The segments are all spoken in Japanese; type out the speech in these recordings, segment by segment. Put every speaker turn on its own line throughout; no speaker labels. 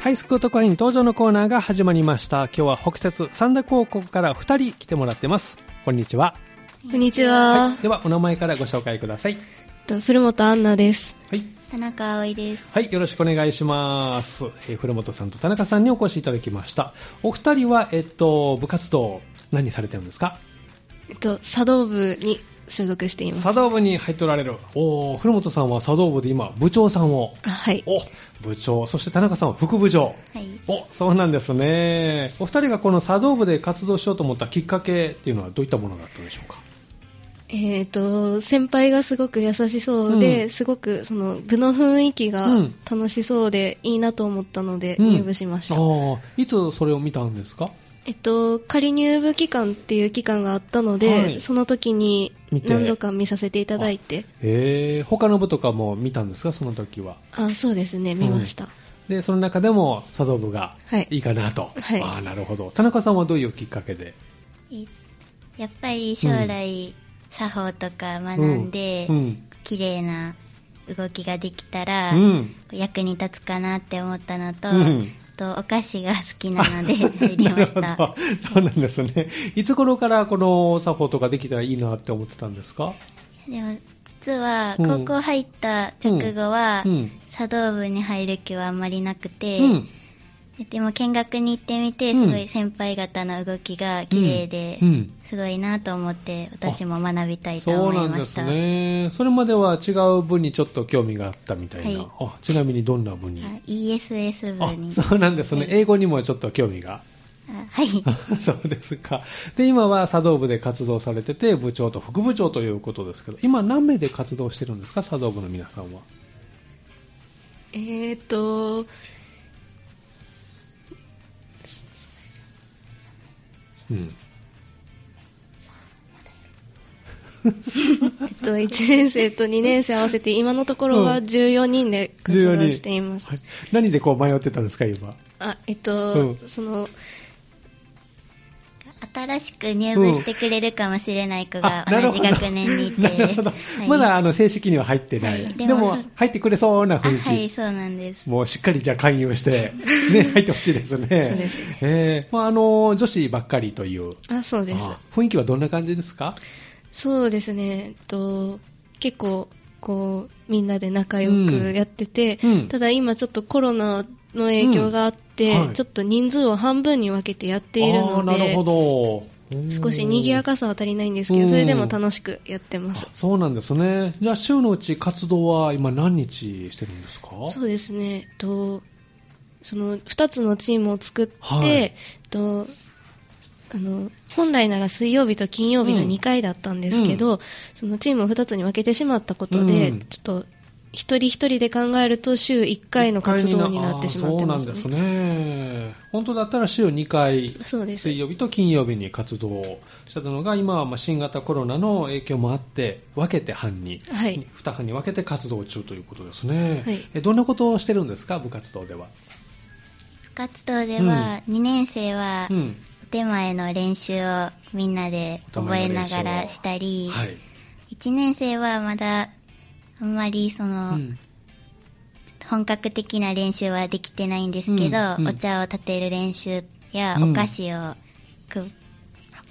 ハイスクート会員登場のコーナーが始まりました。今日は北節三田高校から2人来てもらってます。こんにちは。
こんにちは。
では、お名前からご紹介ください。
と古本アンナです。
はい。
田中葵です。
はい、よろしくお願いします。えー古本さんと田中さんにお越しいただきました。お二人は、えっと、部活動、何されてるんですか
えっと、茶道部に所属しています。
茶道部に入っておられる。おー古本さんは茶道部で今、部長さんを。
あはい。
お、部長。そして田中さんは副部長。
はい。
お、そうなんですね。お二人がこの茶道部で活動しようと思ったきっかけっていうのはどういったものだったんでしょうか
えっと、先輩がすごく優しそうで、
うん
すごくその部の雰囲気が
うん
楽しそうで、いいなと思ったので、
うん
入部しました。
ああ、いつそれを見たんですか
えっと、仮入部期間っていう期間があったので、
はい
その時に
見て
何度か見させていただいて、
えー、他の部とかも見たんですかその時は。
あそうですね、見ました。
で、その中でも茶道部が
はい
いいかなと。
はい
ああ、なるほど。田中さんはどういうきっかけで
えやっぱり将来、作法とか学んで、
うん。
綺麗な動きができたら、
うん。
役に立つかなって思ったのと、
うん
とお菓子が好きなので 入りまし
なる
た
ほ。ど。そうなんですね。いつ頃からこの作法とかできたらいいなって思ってたんですか
でも、実は、
うん
高校入った直後は、
うん。
茶道部に入る気はあんまりなくて、
うん。
でも見学に行ってみて、
うん
すごい先輩方の動きが綺麗で、
うん。
すごいなと思って、私も学びたいと
そう
思
ないん
ま
で
し
す
た。
ね。それまでは違う部にちょっと興味があったみたいな。
はい
あちなみにどんな部に
あ ESS
あ
部に。
そうなんですね。
はい
英語にもちょっと興味が。
あはい。
そうですか。で、今は茶道部で活動されてて、部長と副部長ということですけど、今何名で活動してるんですか、茶道部の皆さんは。
えっと、
うん。
えっと、1年生と2年生合わせて、今のところは14人で活動
14
しています。
はい何でこう迷ってたんですか、今。
あ、えっと、
う
その、
新しく入部してくれるかもしれない子が
あなる
同
ほ
じ
ど
学年にいて。
なるほど。
はい
まだあの正式には入ってない。
はい
で
で
も
も
入ってくれそうな
あ、
雰囲気。
はい、そうなんです。
もうしっかりじゃあ勧誘して、 ね、入ってほしいですね。
そうです
ええまあ、あの、女子ばっかりという。
あ、そうです。
あ雰囲気はどんな感じですか
そうですね、えっと、結構、こう、みんなで仲良くやってて、
うんうん
ただ今ちょっとコロナの影響があって、
うんはい
ちょっと人数を半分に分けてやっている
あー
の
なる
で
ほ、ど。うん
少し賑やかさは足りないんですけ
うん
ど、それでも楽しくやってま
あ
す。
そうなんですね。じゃあ、週のうち活動は今何日してるんですか
そうですね、えっと、その、二つのチームを作って、
はい
えっと、あの、本来なら水曜日と金曜日の
うん
2回だったんですけど、そのチームを2つに分けてしまったことで、
うん
ちょっと、一人一人で考えると週1回の活動になってしまってます
あ
ね。
ーそうなんですね。本当だったら週2回、
そうです
水曜日と金曜日に活動をしてたのが、今はまあ新型コロナの影響もあって、分けて班に、
はい。
2班に分けて活動中ということですね。
はい
えどんなことをしてるんですか、部活動では。
部活動では、2年生は
う、ん。
お手前の練習をみんなで覚えながらしたり、
はい。
1年生はまだ、あんまりその、
うん
本格的な練習はできてないんですけど、
うんうん
お茶を立てる練習や
うん
お菓子をく、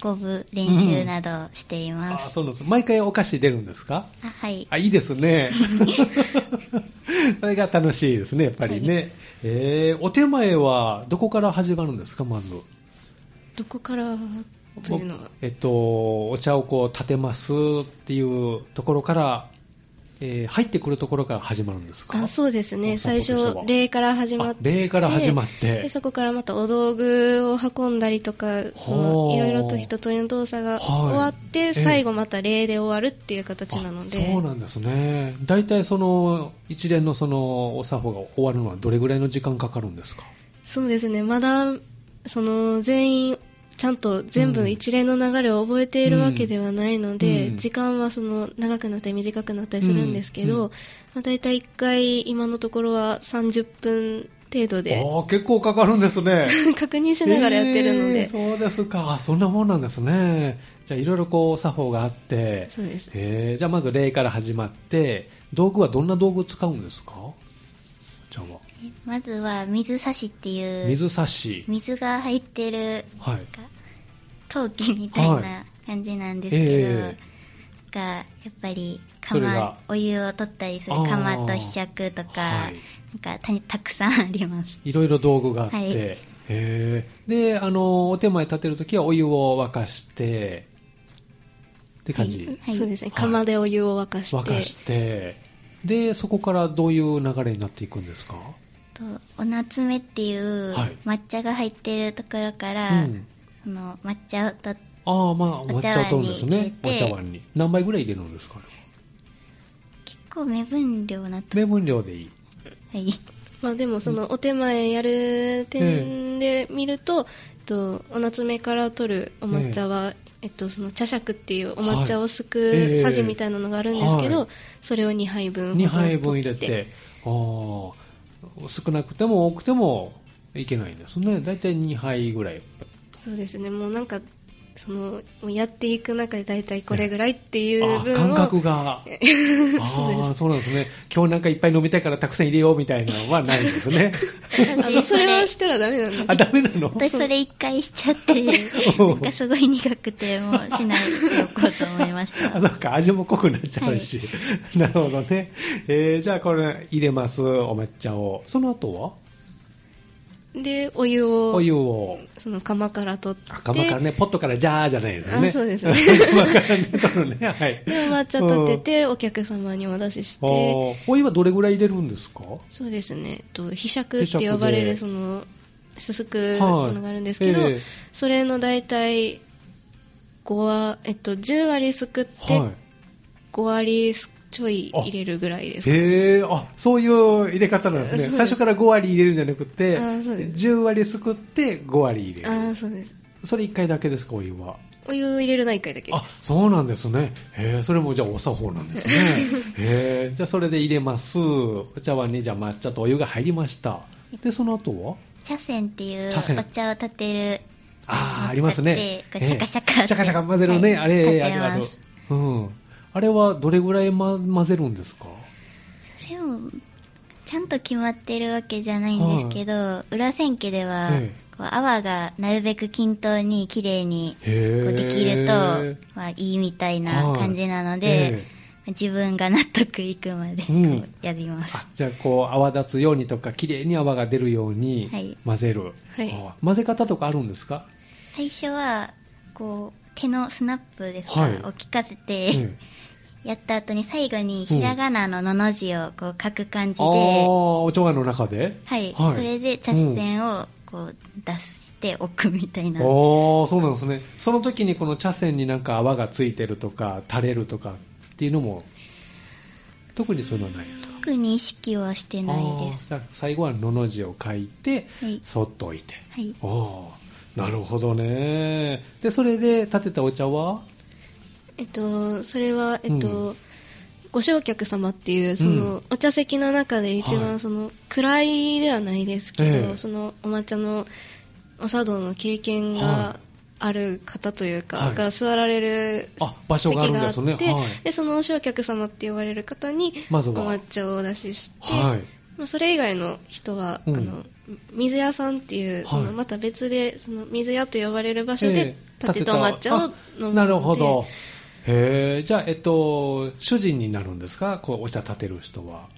運ぶ練習などをしてい
あ
ま
ー
す、
そうなんです。毎回お菓子出るんですか
あはい
あ、いいです ね。それが楽しいですね、やっぱりね。えーお手前はどこから始まるんですか、まず。
どこからというのは、
えっと、お茶をこう立てますっていうところから、えー入ってくるところから始まるんですか
あそうですね、
散歩
最
でしょ
初、礼から始ま
あ
っ
礼から始まっ
で
て。
そこからまたお道具を運んだりとかそ
ほう
のいろいろと人とりの動作が
はい
終わって、
ええ
最後また礼で終わるっていう形なので
あそうなんですね。大体その、一連のその、お作法が終わるのはどれぐらいの時間かかるんですか
そうですねまだその全員ちゃんと全
うん
部一連の流れを覚えているわけではないので、
うん
時間はその長くなったり短くなったりするんですけど、
うんう
まあ、大体1回今のところは30分程度で
ああ、結構かかるんです ね。
確認しながらやってるので、
えーそうですかあそんなもんなんですねじゃあいろいろこう作法があって
そうです
えーじゃあまず礼から始まって道具はどんな道具を使うんですかちゃんは。
まずは水差しっていう
水差し。
水が入ってる
はい。
なんか陶器みたい
は
な感じなんですけど、
え
がやっぱり
それが
釜お湯を取ったりする
あー
釜とひしゃくとか,、
はい
なんかたたくさんあります
いろいろ道具があって。
はい
へえ。で、あの、お手前立てるときはお湯を沸かして、って感じ。
はい
そうですね、
はい
釜でお湯を沸かして
沸かして、で、そこからどういう流れになっていくんですか
とおなつめっていう
はい
抹茶が入ってるところか
う
ら、
ん。
その抹茶をと
ああ、まあ、
お
抹
茶
茶を
碗
取るんですね。
に
お
入れ
茶
て
碗に。何杯ぐらい入れるんですかね
結構目分量なと、
目分量でいい。
はい、
まあでもそのお手前やる点で見ると、えっと、お夏目から取るお抹茶は、えっと、その茶杓っていうお抹茶をす
はいええ
くさじみたいなのがあるんですけど、
はい
それを2杯分ほど
2杯分入れ、
取って
ああ、少なくても多くてもいけないんですね。だいたい2杯ぐらい。
そうですねもうなんかそのもうやっていく中で大体これぐらいっていう
ああ、
分
感
を
覚 が。ああ、そうなんですね。今日なんかいっぱい飲みたいからたくさん入れようみたいなのはないんです ね。
あのそれはしたらダメなんです
あ、ダメなの
私それ一回しち ゃってなんかすごい苦くてもうしないでおこうと思いました
あ、そうか、味も濃くなっちゃうし。なるほどね。えー、じゃあこれ入れます、お抹茶を。その後は
でお湯を
お湯を。
その釜から取って
あ釜からね、ポットからジャーじゃないですよね。
あ そうですね
釜からね、取るね。はい。
でお抹茶立ててお客様にお出しし
あ
て
ーお湯はどれぐらい入れるんですか
そうですねえっとひしゃくって呼ばれ
ひ
る
し
そのすすくものがあるんですけど、
はいええ
それの大体5は、えっと、10割すくって
はい。
5割すちょい入れるぐらいですか
へえ、あ、そういう入れ方なんですね。
そうです
最初から5割入れるんじゃなくて、
あーそうです
10割すくって5割入れ
ああー
る。
そうです
それ1回だけですか、お湯は。
お湯を入れるのは1回だけ
あ、そうなんですね。へえ、それもじゃあお作法なん ですね。へえ、じゃあそれで入れます。お茶碗にじゃあ抹茶とお湯が入りました。で、その後は
茶筅っていう
茶筅
お茶を立てる
ああ、ありますね。
こうシャカシャカ
ええシャカシャカ混ぜるね。
は
あ
い
れ、あ
立
れ
て
あ
ます
れうん。あれはどれぐらい、ま、混ぜるんですか
でもちゃんと決まってるわけじゃないんですけど、裏千家では、
え
こう泡がなるべく均等に綺麗にこ
へえ。
うできると、まあ、いいみたいな感じなので、
え
自分が納得いくまでこ
うん
うやります、
あじゃあこう泡立つようにとか綺麗に泡が出るよう
は
に
い
混ぜる、
はい
あ混ぜ方とかあるんですか、
最初はこう手のスナップですか、
はい
を聞かせて、
うん
やった後に最後にひらがなののの字をこう書く感じ
あ
で、
あお茶碗の中で
はい、
はい
それで茶筅をこう出しておくみたいな、
おーそうなんですねその時にこの茶筅になんか泡がついてるとか垂れるとかっていうのも特にそういうのはないですか
特に意識はしてないです。
あーじゃあ最後はのの字を書いて、
はい
そっと置いて
はい。
おーなるほどねでそれで立てたお茶は
えっと、それは、えっと、
う
ご焼客様っていう、そうの、
ん
お茶席の中で
は
一
い
番、その、位ではないですけど、
ええ
その、お抹茶の、お茶道の経験
は
がある方というか、
はい
が座られる
あ場所があるんですね
席があっ
はい
てで、その、お焼客様って言われる方に、
まずは
お抹茶をお出しして、
はい
まあそれ以外の人は、
うん
あの水屋さんっていう、
はい
そのまた別でその水屋と呼ばれる場所
え
で
え
立てたお抹茶を飲むの
あ
で、
なるほどへえじゃあえっと主人になるんですかこうお茶立てる人は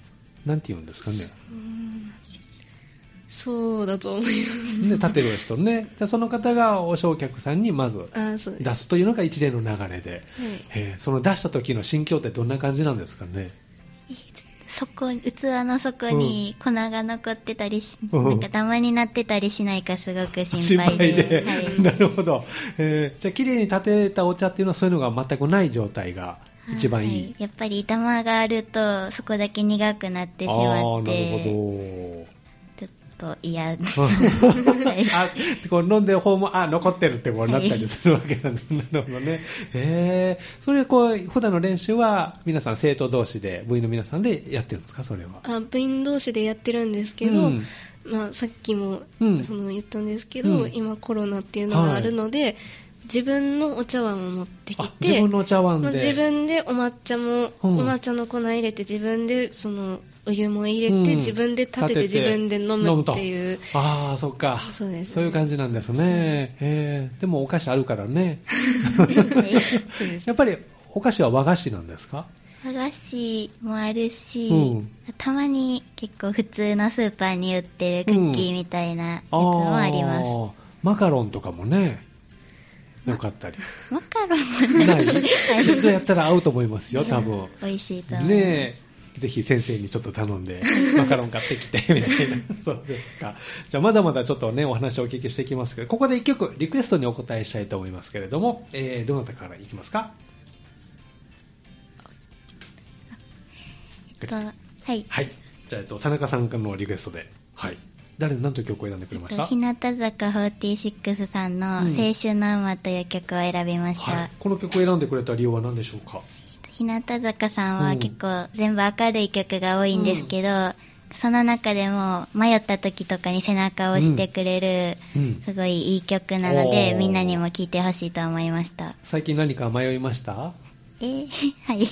なんて言うんですかね
そうだと思います。
ね立てる人ねじゃあその方がお焼客さんにまず
あそうです。
出すというのが一連の流れで、へえその出した時の心境ってどんな感じなんですかね
そこ、器の底に粉が残ってたりし、
うん
なんかダマになってたりしないかすご く
心
心
配
配
で
で。はい。
なるほど、えーじゃあ綺麗に立てたお茶っていうのはそういうのが全くない状態が一番いい、
はやっぱりダマがあると、そこだけ苦くなってしま
ああ
っ
ーなる
て、
ほど
ちょっと 嫌。
あこう飲んでる方もあ残ってるってこうなったりするわけなんだ、なるほどねえー、それこう普段の練習は皆さん生徒同士で部員の皆さんでやってるんですかそれは
あ部員同士でやってるんですけど、
うん
まあ、さっきも、
うん
その言ったんですけど、
うん
今コロナっていうのがあるので、自分のお茶碗を持ってき
あ
て
自分のお茶碗
ま
で
あ自分でお抹茶も、
うん
お抹茶の粉入れて自分でそのお湯も入れて、
うん
自分で立てて
立てて
自分で飲むっていう
ああ、そっか。
そうです
そういう感じなんですね。えーでもお菓子あるからね。
そうです
やっぱりお菓子は和菓子なんですか
和菓子もあるし、
うん
たまに結構普通のスーパーに売ってるクッキーみたいなやつもあります、
ーマカロンとかもね、よかったり。
マカロンも
ない一度やったら合うと思いますよ、多分。
美味しいと思う、
ねえ、ぜひ先生にちょっと頼ん で、マカロン買ってきて、みたいな。 そうですか。じゃあ、まだまだちょっとね、お話をお聞きしていきますけど、ここで一曲、リクエストにお答えしたいと思いますけれども、えー、どなたからいきますか
えっとはい、
はい。じゃあ、えっと、田中さんからのリクエストで。はい。誰の何という曲を選んでく
え
れ
っ
まし
と、
た、
日向坂46さんの
うん
「青春の馬」という曲を選びました、
はい。この曲を選んでくれた理由は何でしょうか
日向坂さん
う
は
ん
結構全部明るい曲が多いんですけど、その中でも迷った時とかに背中を押してくれ
う
る、
ん
すごいいい曲なので
おー
みんなにも聴いてほしいと思いました
最近何か迷いました
えー はい、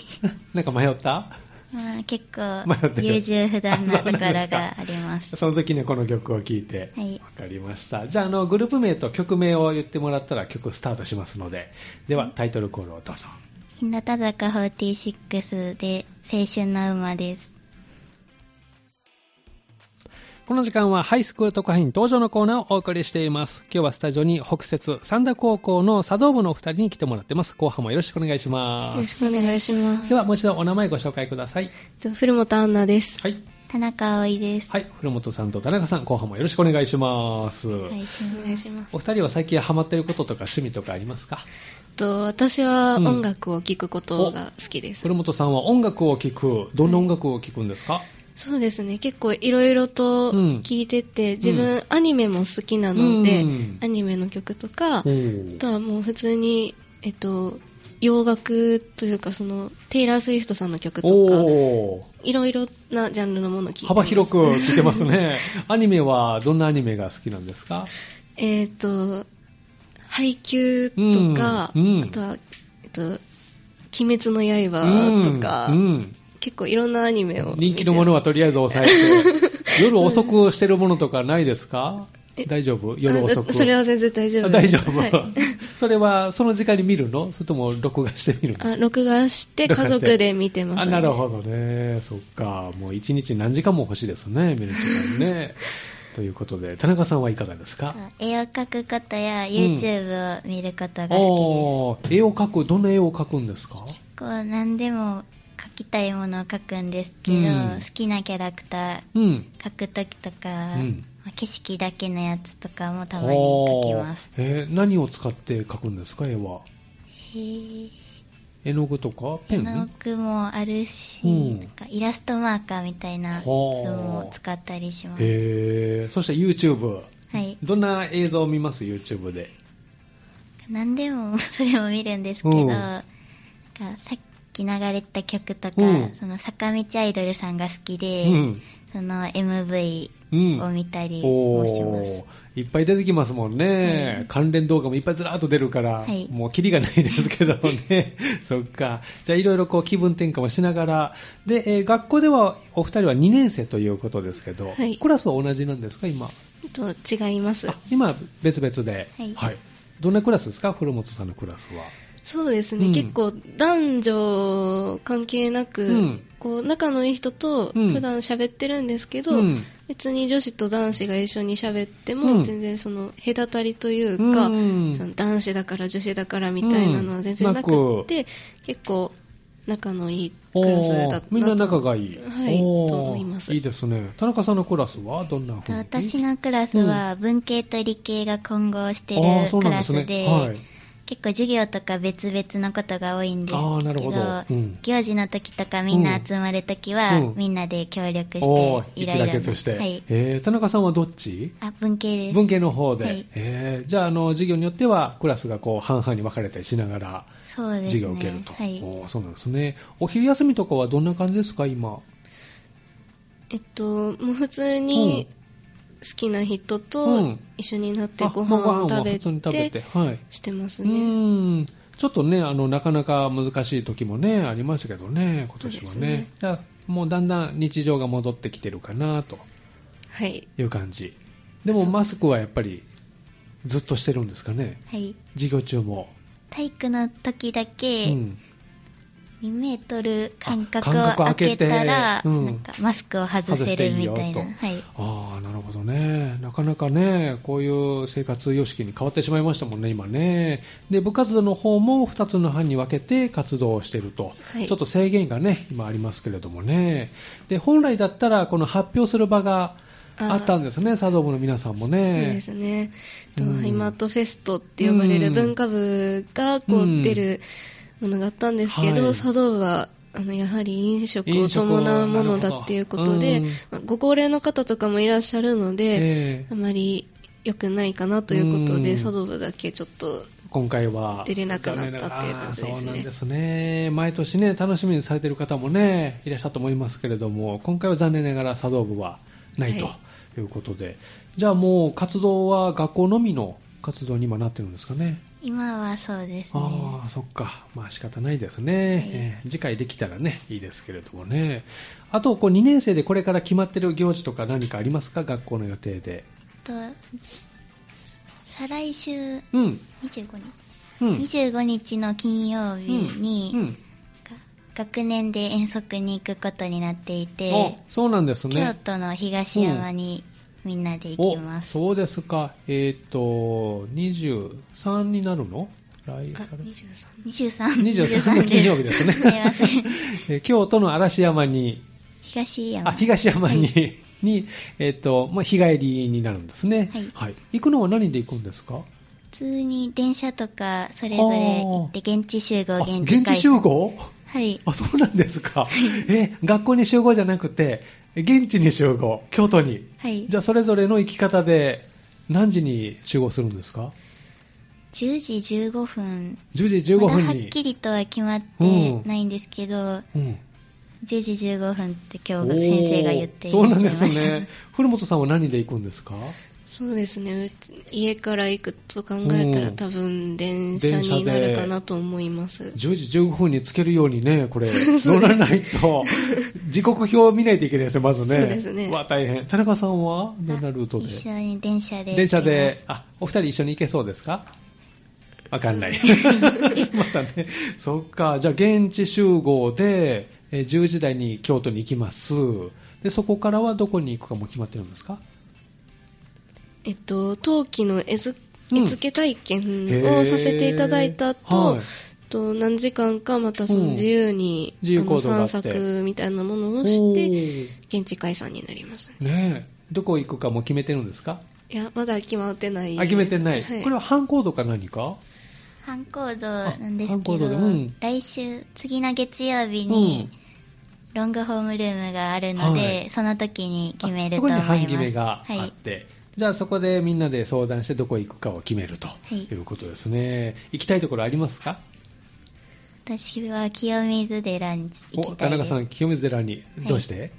なんか迷った
まあ、
迷
結
って
構
る
優柔不断な
あ
と
そうな
ころ
んですか
があり ます
その時にはこの曲を聴いて、
はい
わかりました。じゃあ、あの、グループ名と曲名を言ってもらったら曲スタートしますので、では、タイトルコールをどうぞ。
日向坂46で「青春の馬」です
この時間はハイスクール特派員登場のコーナーをお送りしています。今日はスタジオに北節三田高校の茶道部のお二人に来てもらってます。後半もよろしくお願いし
よ
ま
ろ
す。
しくお願いします
では、もう一度お名前ご紹介ください。
と古本アンナです
はい。
田中葵です、
はい。古本さんと田中さん、後半もよろしくお願いします。
お願いし
お
ま
願いします
お二人は最近ハマっていることとか趣味とかありますか
と私は音楽を聴くことが好きです、
古本さんは音楽を聴く、どんな音楽を聴くんですか、
そうですね結構いろいろと
うん
聴いてて、自分アニメも好きなので、
うん
アニメの曲と
お
か、あ
ー
とはもう普通に、えっと、洋楽というかそのテイラー・スウィフトさんの曲とか
おー
いろいろなジャンルのものを聴いてま
幅
す
広く聴いてます ね。アニメは、どんなアニメが好きなんですか
えっ、と配給とか、
うんうん
あとは、えっと「鬼滅の刃」とか、
うんうん
結構いろんなアニメを見て
人気のものはとりあえず抑えて、夜遅くしてるものとかないですか大丈夫夜遅
あ
く。
それは全然大丈
あ
夫で
大
す
丈夫、
はい
それはその時間に見るのそれとも録画して見るの
あ録画して
録画
家
して
族で見てます、
あなるほどね。そっか。もう一日何時間も欲しいですね。見る時間ね。ということで、田中さんはいかがですか
す絵を描くことや YouTube を見ることが好
おー絵を描く、どんな絵を描くんですか
きです、こう何でも描きたいものを描くんですけど、
うん
好きなキャラクタ
うん。
ー描く時とか、
うん
まあ景色だけのやつとかもたまに描きます
おーえー何を使って描くんですか絵は。
へー
絵の具とかペ
絵
ン
の具もあるし、
うん
なんかイラストマーカーみたいなやつも使ったりします、
へえ。そして YouTube。
はい
どんな映像を見ます ?YouTube で。
何でも それも見るんですけど、
うん
なんかさっき流れてた曲とか、
うん
その坂道アイドルさんが好きで、
うん。
その MV
うん。
を見たり
お
もします、
ーいっぱい出てきますもんね、関連動画もいっぱいずらーっと出るから、
はい
もうキリがないですけどね そっかじゃあいろいろこう気分転換をしながらで、えー学校ではお二人は2年生ということですけど、
はい
クラスは同じなんですか今
と違います
あ今別々では
はい
どんなクラスですか古本さんのクラスは
そうですね、
うん
結構男女関係なく、
うん
こう仲のいい人と
うん
普段喋ってるんですけど、
うん
別に女子と男子が一緒に喋って
うん
も全然その隔たりというか、
うん
その男子だから女子だからみたいなのは全然なくって、結構仲のいいクラスだったなと
おーみんな仲がいい、
はい
おー
と思います
いいですね田中さんのクラスはどんな雰囲気
私のクラスは文系と理系が混合してる
あーそうな
ク
ん
ラ
で
ス
す
で
ねはい
結構授業とか別々のことが多いんですけ
あ
ど
ーなるほどうん
行事の時とかみんな集まる時は、
うん
みんなで協力して
おー
いろ
一
いろ
打
な
結して、
はい、
えー田中さんはどっち
あ文系です
文系の方で、
はい
えーじゃああの授業によってはクラスがこう半々に分かれたりしながら
そうですね
授業を受けると、
はい、
おーそうなんですねお昼休みとかはどんな感じですか今
えっともう普通に好きな人
う
と
ん
一緒になって
あ
ご
もう
飯を
ご飯
食
は
べ
普通に食べ
て
てはい
してます
う
ね
んちょっとねあのなかなか難しい時もねありましたけどね今年は
そうです
ね
ね
じゃあもうだんだん日常が戻ってきてるかなと
はい
いう感じでもマスクはやっぱりずっとしてるんですかね
はい。
授業中も、
体育の時だけ、
うん
2メートル間隔を
あ間隔を
空
空け
け
て
たら、
うん
なんかマスクを外せるみたいな。
外
はい。
ああなるほどねなかなかねこういう生活様式に変わってしまいましたもんね今ねで部活動の方も2つの班に分けて活動をしていると、
はい
ちょっと制限がね今ありますけれどもねで本来だったらこの発表する場があったんですね茶道部の皆さんもね
そうですね、と
うん
ハイマートフェストって呼ばれ
う
る
ん
文化部がこ
うん
う出るものがあったんですけど、
はい
茶道部はあのやはり飲食を
飲食を
伴うものだっていうこと
な
で、
るほど
まあご高齢の方とかもいらっしゃるので、
ええ
あまり良くないかなということ
う
で
ん
茶道部だけちょっと
今回は
出れなくなったっていう感じですね
あーそうなんですね毎年ね楽しみにされてる方もねいらっしゃると思いますけれども今回は残念ながら茶道部はないと
は
いうことで、じゃあもう活動は学校のみの活動に今なってるんですかね
今はそうですね。
ああそっかまあ仕方ないですね、えー次回できたらねいいですけれどもねあとこう2年生でこれから決まってる行事とか何かありますか学校の予定で
と、再来週25
うん
日、
うん
25日の金曜日に、
うん
学年で遠足に行くことになっていて、
あそうなんですね
京都の東山にみんなで行き
お
ます。
そうですかえっ、と23になるの来
あ
再来
23
23,
23の金曜日ですね
すいません。
えー京都の嵐山に
東山。
あ東山に、 にえっ、と、まあ、日帰りになるんですね
はい
行くのは何で行くんですか
普通に電車とかそれぞれ行って現地集合
あ
現地
現地
解
集
散
合
はい
あそうなんですかえ学校に集合じゃなくて現地に集合京都に
はい
じゃあそれぞれの行き方で何時に集合するんですか
10時15分
10時15
ま
分
だ
に、
はっきりとは決まってないんですけど、
うん、
10時15分って今日先生が言ってい
おー
らっしゃいま
そうなんで
し
す
た、
ね古本さんは何で行くんですか
そうですねうち家から行くと考えた
う
ら
ん
多分電車になるかなと思います
10時15分につけるようにねこれ乗らない と時刻表を見ないといけないですよまずね
そうですね
わ大変田中さんはどんなルートで
一緒に電車で行きます
電車であお二人一緒に行けそうですかわかん ないまだねそっかじゃあ現地集合でえー10時台に京都に行きますでそこからはどこに行くかも決まってるんですか
えっと、陶器の絵付
うん
絵付け体験
へー
をさせていただいた後、
はい
と何時間かまたそうの
ん
自由に、
自由
あ
行
の
動があって
散策みたいなものをして
て
現地解散になります
ねえどこ行くかも決めてるんですか
いやまだ決まってないです
あ決めてない、
はい、
これは犯行とか何か
班行動なんです
あ班
け
行動
ど、
うん
来週次の月曜日にロングホームルームがあるので、
はい
その時に決める
そ
と
こに
思います
半決めが
は
あっ
い
て、じゃあそこでみんなで相談してどこ行くかを決めると
い
いうことですね、行きたいところありますか
私は清水寺に行
お
きた
田
い
中
で
さ
す
ん清水寺に
はい
どうして、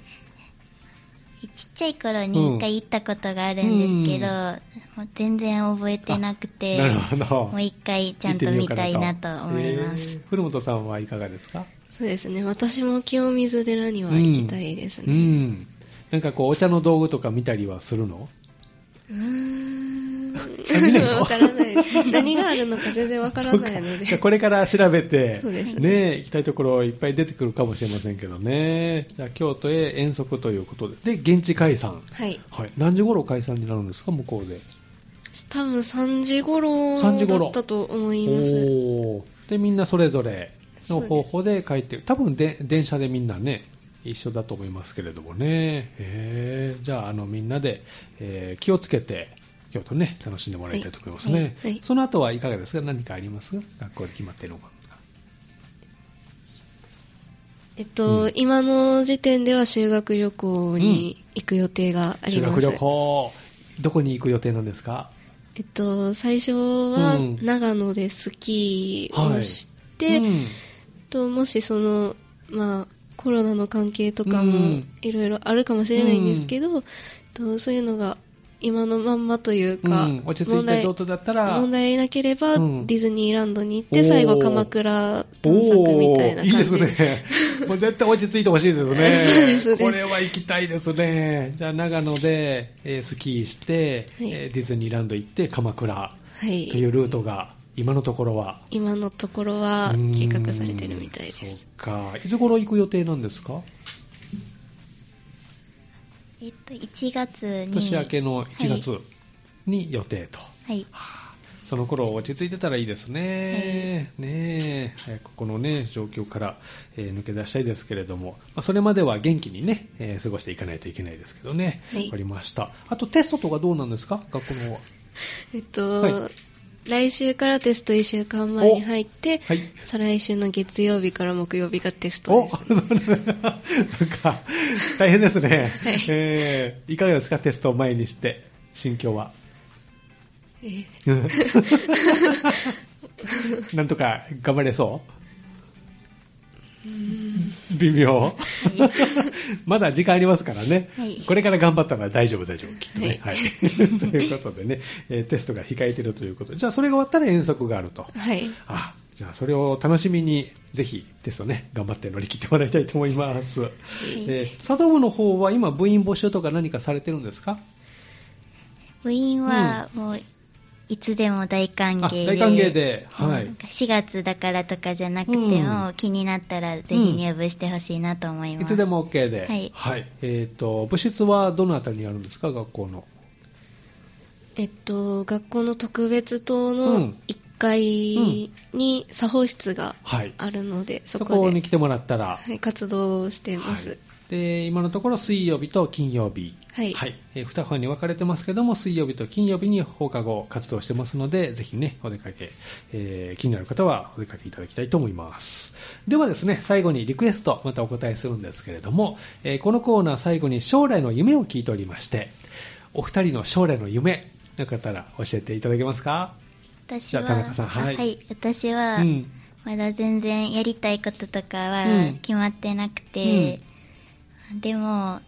ちっちゃい頃に一回行ったことがあるんですけど、
うん
もう全然覚えてなくて
なるほど
もう一回ちゃんと見たいなと思います、
えー古本さんはいかがですか、
そうですね私も清水寺には行きたいです
う
ね、
んなんかこうお茶の道具とか見たりはするの
うん、 わからない何があるのか全然わからないの で
じゃあこれから調べて
そうです
ね行きたいところいっぱい出てくるかもしれませんけどねじゃあ京都へ遠足ということでで現地解散
はい
はい、何時頃解散になるんですか向こうで
多分3時頃
3時
だ
頃
ったと思います
おーでみんなそれぞれの
そう
方
です
法で帰って多分で電車でみんなね一緒だと思いますけれどもねへーじゃああのみんなで、えー気をつけて京都ね楽しんでもらいたいと思いますね、
はいはい
その後はいかがですか何かあります学校で決まっているのか
えっと、今の時点では修学旅行に行く予定があり
修
ます。
学旅行どこに行く予定なんですか
えっと、最初は
うん
長野でスキーをして、
うん
ともしその、まあ、コロナの関係とか
う
も
ん
いろいろあるかもしれないんですけど、とそういうのが今のまんまというか、
うん落ち着いた状態だったら
問題なければ、
うん
ディズニーランドに行っ
お
て
ー
最後鎌倉探索みたいな感じ
おーいいですねもう絶対落ち着いてほしいですね。
そうですね
これは行きたいですね。じゃあ長野で、えースキーして、
はい
えーディズニーランド行って鎌倉
は
とい
いう
ルートが今のところは。
今のところは計画されてるみたいで
うん
す
そっか。いつ頃行く予定なんですか
えっと、1月に。
年明けの1
は
月に予定と。
はい。
その頃落ち着いてたらいいですね。ねえ早くこのね、状況から、えー抜け出したいですけれども、まあ、それまでは元気にね、えー過ごしていかないといけないですけどね。わ、
はい
かりました。あとテストとかどうなんですか学校の方は。
えっと、
は
来週からテスト1週間前に入って、
はい
再来週の月曜日から木曜日がテスト
お
です
そうなんだなんか、大変ですね。い、えーいかがですかテストを前にして、心境は。
え
なんとか頑張れそう微妙まだ時間ありますからね、
はい
これから頑張ったら大丈夫大丈夫きっとね、は
はい
ということでね、えーテストが控えてるということでじゃあそれが終わったら遠足があると
はい
あじゃあそれを楽しみにぜひテストね頑張って乗り切ってもらいたいと思います、えー、茶道部の方は今部員募集とか何かされてるんですか
部員は、もう、いつでも大歓
あ
迎で。
大歓迎ではい
なんか4月だからとかじゃなくて
うん
も、気になったらぜひ入部してほしいなと思います。
いつで。も OK で、
はい
えっ、と部室はどのあたりにあるんですか学校の
えっと学校の特別棟
う
の
ん
1階に作法室が
はい
あるので、
そ
そ
こ
こで
に来てもらったら、
はい、活動をしてます、
はいで今のところ水曜日と金曜日、
はい
えー二班に分かれてますけども水曜日と金曜日に放課後活動してますのでぜひねお出かけ、えー気になる方はお出かけいただきたいと思いますではですね最後にリクエストまたお答えするんですけれども、えーこのコーナー最後に将来の夢を聞いておりましてお二人の将来の夢よかったら教えていただけますか
私
じゃ
は、
あ田中さんはい
あ私は、
うん
まだ全然やりたいこととか
う
は
ん
決まってなくて、でも、なんか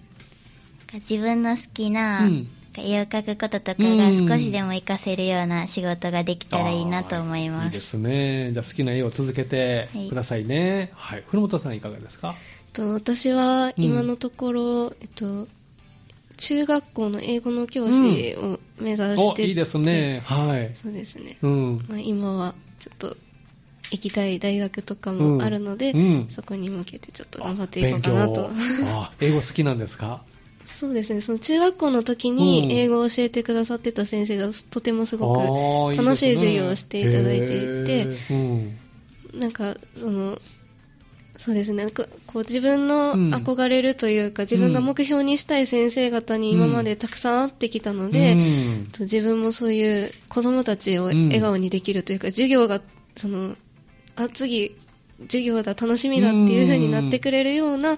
自分の好きな、
うん
なんか絵を描くこととかが少しでも活かせるような仕事ができたらいいなと思い
あーい
ま。
いですすね。じゃあ好きな絵を続けてくださいね。はい。古本さんいかがですか
えっと私は今のところ、えっと中学校の英語の教師を目指し
お、
て、
いいですね。はい。
そうですね、
うん。
まあ、今はちょっと行きたい大学とかもあるので、
うんうん
そこに向けてちょっと頑張っていこうかなと
勉強あ、英語好きなんですか
そうですねその中学校の時
う
に
ん
英語を教えてくださってた先生がとてもすご
あー
く楽しい授業をしていただいていて、
ですねへーうん。
なんかそのそうですねなんかこう自分の
うん
憧れるというか、自分が目標にしたい先生方に今までたくさん会ってきたので、
うん
と自分もそういう子供たちを笑顔にできるというか、授業がそのあ次授業だ楽しみだっていう風になってくれるような
うん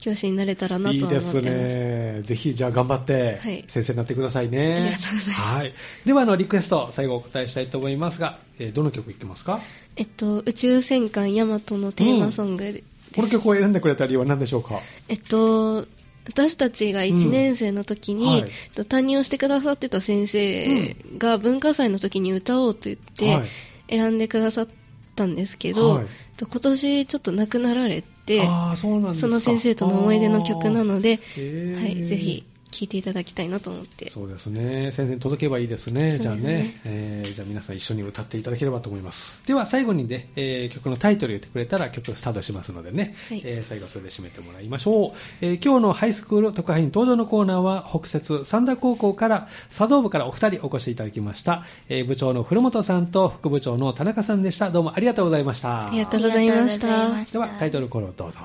教師になれたらなと
いい
は思って
で
ます
すね。ぜひ、じゃあ頑張って
はい、
先生になってくださいね。
ありがとうございます
はい。では、あの、リクエスト、最後お答えしたいと思いますが、えーどの曲いきますか
えっと宇宙戦艦ヤマトのテーマソングで、
この曲を選んでくれた理由は何でしょうか
えっと私たちが1年生の時に、
うんはい
えっと担任をしてくださってた先生が文化祭の時に歌おうと言っ
は
て
い
選んでくださったんですけど、
はい
えっと今年ちょっと亡くなられて
あーそうなんですか
その先生との思い出の曲なので、
あーへー
はい、ぜひ聴いていただきたいなと思って
そうですね。先生に届けばいいですね。
そうですね
じゃあね、えーじゃあ皆さん一緒に歌っていただければと思います。では最後にね、えー曲のタイトル言ってくれたら曲スタートしますのでね、
はい
えー最後それで締めてもらいましょう、えー今日のハイスクール特派員登場のコーナーは北節三田高校から茶道部からお二人お越しいただきました。えー部長の古本さんと副部長の田中さんでした。どうもありがとうございました。
ありがとうございました
ありがとうございま
ではタイトルコールをどうぞ。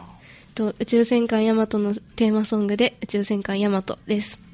えっと宇宙戦艦ヤマトのテーマソングで宇宙戦艦ヤマトです